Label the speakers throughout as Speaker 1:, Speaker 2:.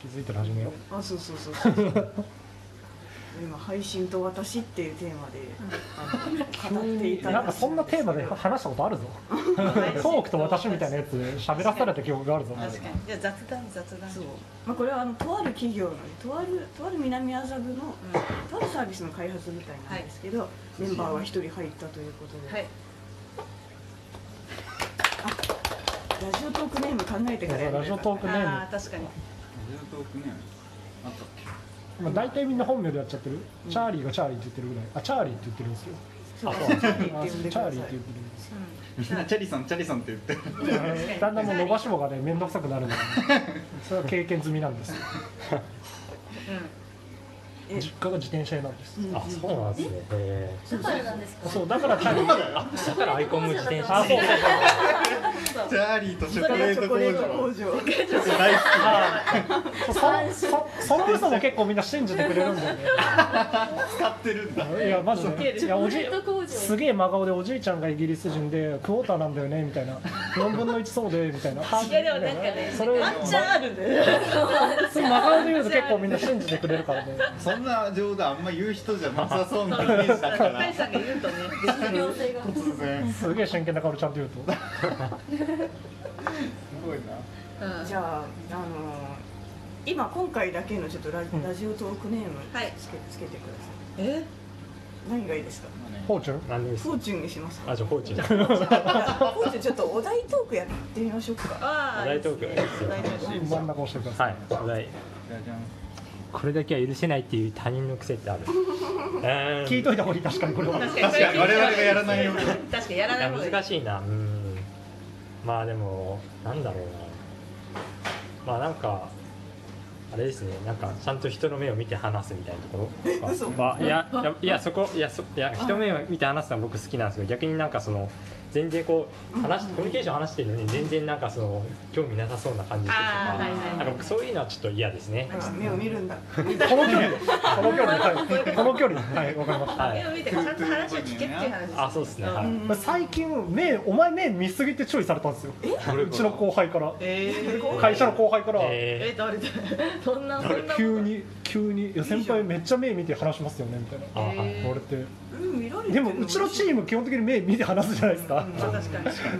Speaker 1: 気づいたら始めよう
Speaker 2: あそうそうそうそう 今配信と私っていうテーマで、あの語っていた
Speaker 1: なんかそんなテーマで
Speaker 2: は
Speaker 1: 話したことあるぞ トークと私みたいなやつ喋らされた記憶があるぞ
Speaker 3: 確かにじゃあ雑談雑談
Speaker 2: そう、まあ、これはあのとある企業のねとあるとある南麻布の
Speaker 3: うん
Speaker 2: とあるサービスの開発みたいなんですけど、メンバーは一人入ったということで、
Speaker 3: はい
Speaker 2: ラジオトークネーム考えてからやる
Speaker 1: ラジオトークネーム
Speaker 3: ああ確かに
Speaker 4: ラジオトークねあったっけ
Speaker 1: まあ、大体みんな本名でやっちゃってる、チャーリーがチャーリーって言ってるぐらいあチャーリーって言ってるんですよ
Speaker 2: そう
Speaker 1: あ
Speaker 2: チ
Speaker 1: そう
Speaker 2: ャーリー
Speaker 1: あ
Speaker 2: って呼んでく
Speaker 1: チャー
Speaker 2: だ
Speaker 1: リーって
Speaker 2: さ
Speaker 1: 言
Speaker 2: い
Speaker 1: ってるんです
Speaker 4: みんなチャリさんチャリさんって言ってる
Speaker 3: うん
Speaker 1: だんだんもう伸ばし棒がね面倒くさくなるので、それは経験済みなんですよ
Speaker 2: え
Speaker 1: 実家が自転車屋なんです、
Speaker 2: うん
Speaker 5: あ、そうなんですね。へ
Speaker 6: だからなんですか。
Speaker 1: そうだからチャーリー
Speaker 5: ーだからアイコンも自転車。
Speaker 1: あそうそうそう
Speaker 4: チャーリーとチョコレー
Speaker 2: チョ
Speaker 4: ト
Speaker 2: コ
Speaker 4: 工
Speaker 2: レート
Speaker 4: 場
Speaker 2: 工場
Speaker 4: 大
Speaker 1: そ
Speaker 4: 好
Speaker 1: そそその嘘も結構みんな信じてくれるんだよね
Speaker 4: き使ってるんだ
Speaker 1: いやマジでいやおじ
Speaker 6: レート工場
Speaker 1: すげえ真顔でおじいちゃんがイギリス人でクォーターなんだよねみたいな4分の1そうでみたいない
Speaker 3: やでもなんかね
Speaker 1: それ
Speaker 3: ワンチャンあるんだよね
Speaker 1: それ真顔で言うと結構みんな信じてくれるからね
Speaker 4: そんな冗談あんま言う人じゃなさそうなイメージだか
Speaker 3: 二
Speaker 4: ら
Speaker 3: 人さんが言うとね
Speaker 6: 重要性が。
Speaker 4: 突然す
Speaker 1: すげえ真剣な顔ちゃんと言うと
Speaker 4: ごいな
Speaker 3: うん
Speaker 2: じゃあ、あのー今今回だけのちょっとラ,、
Speaker 1: ん
Speaker 2: ラジオトークネーム
Speaker 3: はい
Speaker 2: つけ,、つけてください
Speaker 3: え
Speaker 2: 何がいいですか
Speaker 1: フォーチュン
Speaker 5: 何でです
Speaker 2: フォーチュンにしますか
Speaker 5: あ、じゃあ放 置。
Speaker 2: フォーチュンちょっとお題トークやってみましょうか
Speaker 3: ああ
Speaker 5: 大トーク
Speaker 3: いい
Speaker 5: がいい
Speaker 3: で
Speaker 5: で
Speaker 3: ね
Speaker 5: すすよ
Speaker 3: 大トーク
Speaker 1: 真ん中押してくださ、
Speaker 5: はいい、お題。
Speaker 4: じゃじゃん
Speaker 5: これだけは許せないっていう他人の癖ってある。え
Speaker 1: 聞いといた方がいい確かにこれは
Speaker 3: 確
Speaker 4: 確かに我々がやらないように
Speaker 3: 確かにやらない方がいい
Speaker 5: 難しいな。うん。まあでもなんだろうな。まあなんか。あれですね、なんかちゃんと人の目を見て話すみたいなところとか
Speaker 2: 嘘
Speaker 5: まあいやいやいやそこいやそいや人の目を見て話すのは僕好きなんですけど逆になんかその全然こう話しコミュニケーション話してるのに全然なんかその興味なさそうな感じするとか
Speaker 3: ああはいはい
Speaker 5: なんか僕そういうのはちょっと嫌ですね。
Speaker 2: あ目を見るんだ
Speaker 1: この距離この距離はいこの距離はいわかりました
Speaker 5: は
Speaker 3: 目
Speaker 5: い。
Speaker 3: を見てちゃんと話を聞けっていう話ですね
Speaker 5: あそうですね。は
Speaker 3: うん
Speaker 5: い。
Speaker 2: うん
Speaker 1: 最近目お前目見すぎて注意されたんですようちの後輩から
Speaker 3: えー
Speaker 1: 会社の後輩から
Speaker 3: え
Speaker 5: え
Speaker 3: 誰だどんなそんな
Speaker 1: 急に急に「いや先輩めっちゃ目見て話しますよね」みたいな
Speaker 5: ー、あはい。
Speaker 1: 言われて
Speaker 2: うん見られて
Speaker 1: でもうちのチーム基本的に目見て話すじゃないですか、
Speaker 2: うん
Speaker 3: まあ確か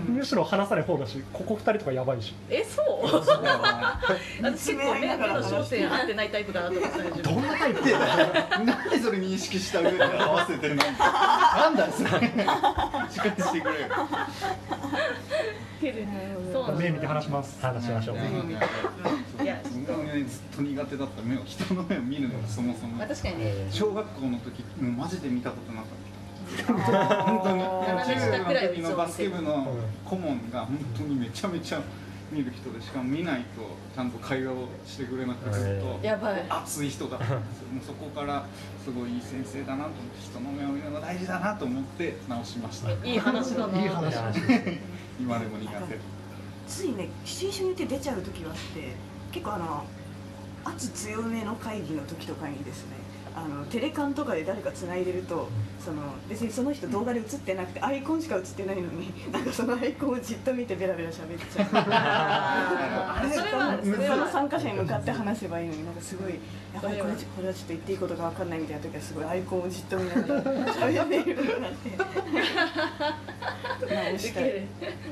Speaker 3: に
Speaker 1: むしろ話さない方だしここ2人とかやばいし
Speaker 3: えそう私結構目目の焦点合ってないタイプだなと思ってたんで
Speaker 4: どんなタイプなんでそれ認識した上で合わせてなんかなんだそれしかしてくれよ
Speaker 3: そうなんだ
Speaker 1: 目見て話します
Speaker 5: 話しましょう。
Speaker 3: うんいやちょっ
Speaker 4: 僕はねずっと苦手だった目を人の目を見るのがそもそも
Speaker 3: まあ確かにね
Speaker 5: えー
Speaker 4: 小学校の時もうマジで見たことなかった本当に
Speaker 2: あ
Speaker 3: ー
Speaker 4: 中学の時のバスケ部の顧問が本当にめちゃめちゃ見る人でしかも見ないとちゃんと会話をしてくれなくてずっと
Speaker 3: やばい
Speaker 4: 熱い人だったんですよもうそこからすごいいい先生だなと思って人の目を見るのが大事だなと思って直しました
Speaker 3: いい話だない
Speaker 1: い話
Speaker 5: 話
Speaker 4: 今でも苦手
Speaker 2: ついねシチュエーションによって出ちゃう時はあって結構あの圧強めの会議の時とかにですねあのテレカンとかで誰か繋いでるとその別にその人動画で映ってなくてアイコンしか映ってないのになんかそのアイコンをじっと見てベラベラ喋っちゃ
Speaker 3: あ
Speaker 2: う
Speaker 3: ー それは
Speaker 2: そ
Speaker 3: それ
Speaker 2: の
Speaker 3: は
Speaker 2: 参加者に向かって話せばいいのになんかすごいやばい
Speaker 3: それは
Speaker 2: これこれはちょっと言っていいことが分かんないみたいな時はすごいアイコンをじっと見ながら喋っているようになって 直
Speaker 3: 受
Speaker 2: し
Speaker 3: け
Speaker 2: たい
Speaker 3: る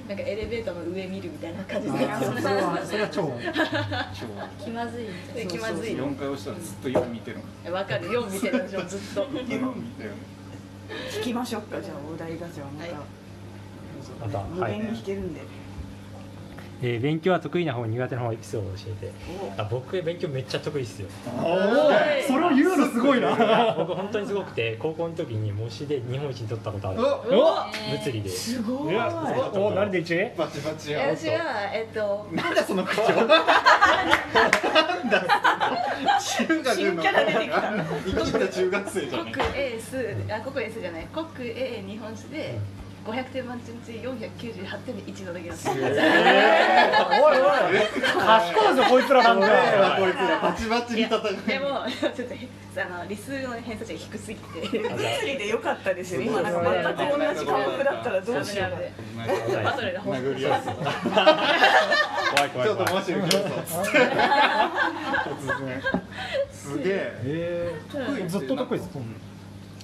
Speaker 3: なんかエレベーターの上見るみたいな感じで
Speaker 1: あーそれはそれは超
Speaker 4: 昭和
Speaker 6: 気まずいみたい
Speaker 3: え気まずい
Speaker 4: 4回押したらずっと今見てる
Speaker 3: わかる4見てるでしょずっと
Speaker 4: 今見てる
Speaker 2: 聞きましょうかじゃあお題ガチャをまた、
Speaker 3: は
Speaker 5: また
Speaker 2: 無
Speaker 5: はい
Speaker 2: 限。に弾けるんで、
Speaker 5: えー勉強は得意な方苦手な方エピソードを教えて。あ僕勉強めっちゃ得意っ すよ。
Speaker 3: お
Speaker 1: それを言うのすごい
Speaker 5: い
Speaker 1: な
Speaker 5: や僕本当にすごくて高校の時に模試で日本一に取ったことある。
Speaker 4: お
Speaker 1: お
Speaker 5: 物理で。
Speaker 2: すご
Speaker 1: い
Speaker 2: い
Speaker 1: やお何で 1?
Speaker 4: バチバチや
Speaker 3: 私はえっと
Speaker 4: なんだその口調なんだ中学の
Speaker 2: 新キャラ出てきた
Speaker 4: 生きた中学生じゃ
Speaker 3: 国
Speaker 4: ね
Speaker 3: A 数あ国 A 数じゃない国 A 日本史で500点満点中498点で1のだけだった
Speaker 5: え
Speaker 1: おいおい賢いぞこいつらなん
Speaker 4: 怖えわ
Speaker 1: で
Speaker 4: こいつらバチバチに戦う
Speaker 3: でもちょっとあの理数の偏差値が低すぎて
Speaker 5: ーじゃ
Speaker 2: 物理で良かったですよね今なんか全く同じ科目だったらどうしようか
Speaker 3: バトルが本
Speaker 4: 殴り合うぞ
Speaker 5: あ怖
Speaker 4: ち
Speaker 5: い怖い
Speaker 4: ょっと
Speaker 5: 怖い。
Speaker 4: マジ受けるぞつって突ねすげえ
Speaker 1: え
Speaker 4: 得意
Speaker 1: ずっと得意です
Speaker 4: なんかうん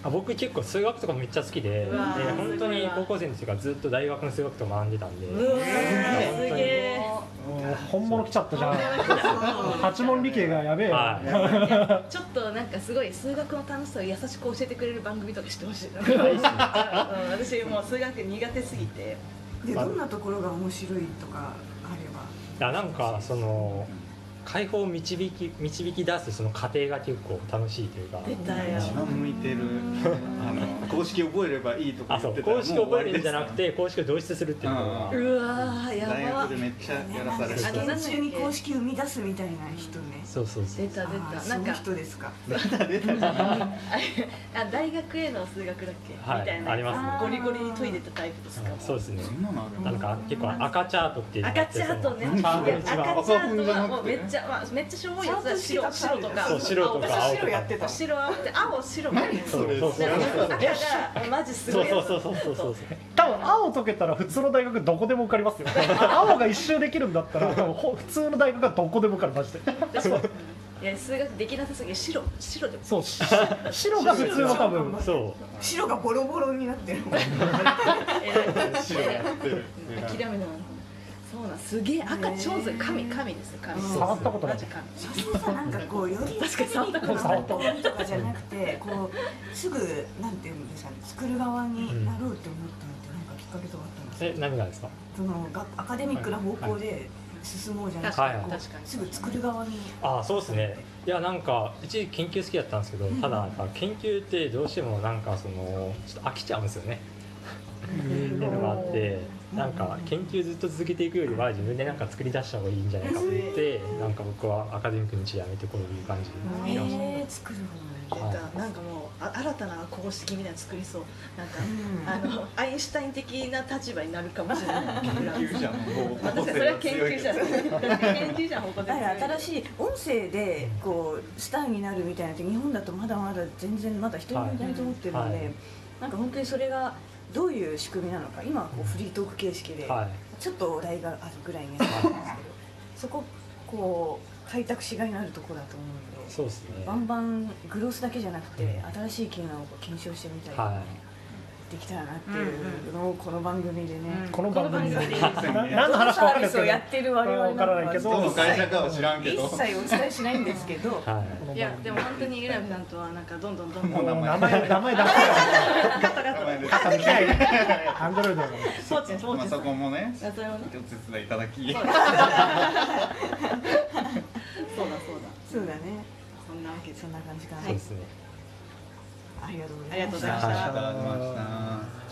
Speaker 5: あ僕結構数学とかめっちゃ好きでで
Speaker 3: うわー
Speaker 5: 本当
Speaker 3: すごい
Speaker 5: に
Speaker 3: わ
Speaker 5: 高校生の時からずっと大学の数学とか学んでたんで、
Speaker 3: うわー
Speaker 5: す
Speaker 3: す
Speaker 5: げ
Speaker 3: げえ
Speaker 1: ー、本物来ちゃったじゃん八問理系がやべえよ、
Speaker 5: はい
Speaker 3: ちょっとなんかすごい数学の楽しさを優しく教えてくれる番組とかしてほしい うん私もう数学苦手すぎて
Speaker 2: でどんなところが面白いとかあれば
Speaker 5: いやなんかその解放を導き導き出すその過程が結構楽しいというか
Speaker 3: 出たよ
Speaker 4: 一番向いてるあの公式覚えればいいとか
Speaker 5: あ
Speaker 4: 言
Speaker 5: そ
Speaker 4: って
Speaker 5: う
Speaker 4: たら
Speaker 5: 公式覚えるんじゃなく
Speaker 4: もう終わりで
Speaker 5: て公式を導出するっていうのが
Speaker 3: うわー
Speaker 4: す
Speaker 3: や
Speaker 4: から大
Speaker 3: ば
Speaker 4: 学でめっちゃやらされる
Speaker 5: あの
Speaker 2: 研修に公式生み出すみたいな人ね
Speaker 5: そうそうそう
Speaker 3: 出た出
Speaker 2: あー
Speaker 3: た
Speaker 2: そ
Speaker 3: なん
Speaker 2: の
Speaker 3: か
Speaker 2: 人ですか
Speaker 3: あれあ大学への数学だっけ、
Speaker 5: はい
Speaker 3: みたいな
Speaker 5: あります
Speaker 2: ね
Speaker 3: ゴリゴリに研いでたタイプですか
Speaker 5: はいそうですね
Speaker 4: そんなのある
Speaker 5: なんか結構赤チャートっていうのがあ
Speaker 3: 赤
Speaker 5: って
Speaker 3: チャートね
Speaker 5: そのチャート
Speaker 3: いや
Speaker 5: の一番
Speaker 3: 赤チャートはもうめっちゃ、まあ、めっちゃしょぼいやつだ
Speaker 2: ちゃん
Speaker 3: 白
Speaker 2: とした
Speaker 3: 白とか
Speaker 5: そう白とか青
Speaker 2: 私
Speaker 5: と
Speaker 2: 白やって
Speaker 5: か
Speaker 2: たもん
Speaker 3: 白青って青白みたいな
Speaker 5: そうそうそう
Speaker 3: なんか赤がマジす
Speaker 5: そ
Speaker 3: ご
Speaker 5: う
Speaker 3: い
Speaker 5: そ
Speaker 3: や
Speaker 5: う
Speaker 3: つ
Speaker 5: そうそうそうそう
Speaker 1: 多分青解けたら普通の大学どこでも受かりますよ青が一周できるんだったら多分ほ普通の大学がどこでも受かるマジで
Speaker 3: 私もいや数学できなさすぎて白白でも
Speaker 1: そうし 白が普通の多分
Speaker 5: そ
Speaker 2: 白がボロボロになってる
Speaker 3: えー
Speaker 4: 白やってる
Speaker 3: 諦めないそうなんすげえ赤超ず神神ですよ神
Speaker 1: 触ったことない
Speaker 3: マジ神
Speaker 2: 写真さなんかこうより
Speaker 3: 確かに触った
Speaker 1: ことない
Speaker 2: こうとかじゃなくてこうすぐなんていうんですかね作る側になろうって思ったのってなんかきっかけとかあったんですか
Speaker 5: え何がですか
Speaker 2: そのがアカデミックな方向で進もうじゃなくて、
Speaker 5: はい
Speaker 2: こう
Speaker 3: 確かに
Speaker 2: すぐ作る側に
Speaker 5: あそうですねいやなんか一時研究好きだったんですけどただなんか研究ってどうしてもなんかそのちょっと飽きちゃうんですよねっていうのがあってなんか研究ずっと続けていくよりは自分でなんか作り出した方がいいんじゃないかと思ってなんか僕はアカデミックの道やめてこういう感じ
Speaker 2: へ
Speaker 5: になりま
Speaker 2: え
Speaker 5: し
Speaker 2: 作る方に、
Speaker 5: はい
Speaker 3: なんかもうあ新たな公式みたいなの作りそうなんか
Speaker 2: うん
Speaker 3: あのアインシュタイン的な立場になるかもしれない
Speaker 4: 研究者の方
Speaker 3: 私それは研究者ですね研究者の方向
Speaker 2: だから新
Speaker 3: い
Speaker 2: しい音声でこうスターになるみたいなって日本だとまだまだ全然まだ一人もいないと思ってるので、
Speaker 5: はいはい
Speaker 2: なんか本当にそれがどういう仕組みなのか今はこうフリートーク形式で
Speaker 5: たはい
Speaker 2: ちょっとお題があるぐらいになってるんですけどそここう開拓しがいのあるところだと思うので
Speaker 5: そうですね
Speaker 2: バンバングロスだけじゃなくて
Speaker 5: う
Speaker 2: 新しい機能を検証してみたり
Speaker 5: は
Speaker 2: できたらなっていうのをこの番組でね、
Speaker 1: この番組で
Speaker 3: この番組で
Speaker 1: な何の話か分かんないですけ
Speaker 2: を
Speaker 1: ど
Speaker 2: やってる我々
Speaker 1: わからないけど
Speaker 4: どの会社かは知らんけ
Speaker 2: 一
Speaker 4: ど
Speaker 2: 切お伝えしないんですけど
Speaker 5: はい
Speaker 1: この番組
Speaker 3: やでも本当に浦部さんとはなんかどんどんどん どん
Speaker 4: もう
Speaker 1: もう
Speaker 4: 名
Speaker 1: 名
Speaker 4: 前
Speaker 1: 前名前出せない
Speaker 4: 名前で
Speaker 1: できない アンドロイドだか
Speaker 3: ポーチンポー
Speaker 4: ま
Speaker 3: チ
Speaker 4: あ
Speaker 3: ン
Speaker 4: そこもね
Speaker 3: それをね
Speaker 4: お手伝いいただき
Speaker 3: そうだそうだ
Speaker 2: そ
Speaker 3: そうだ
Speaker 2: うだね
Speaker 3: そんなわけで
Speaker 2: そんな感じかな、
Speaker 5: そうですね
Speaker 2: ありがとうござ
Speaker 3: あ
Speaker 2: い
Speaker 3: り
Speaker 2: ま
Speaker 3: がとうご
Speaker 2: し
Speaker 3: ざい
Speaker 2: た
Speaker 3: ました
Speaker 4: いただきました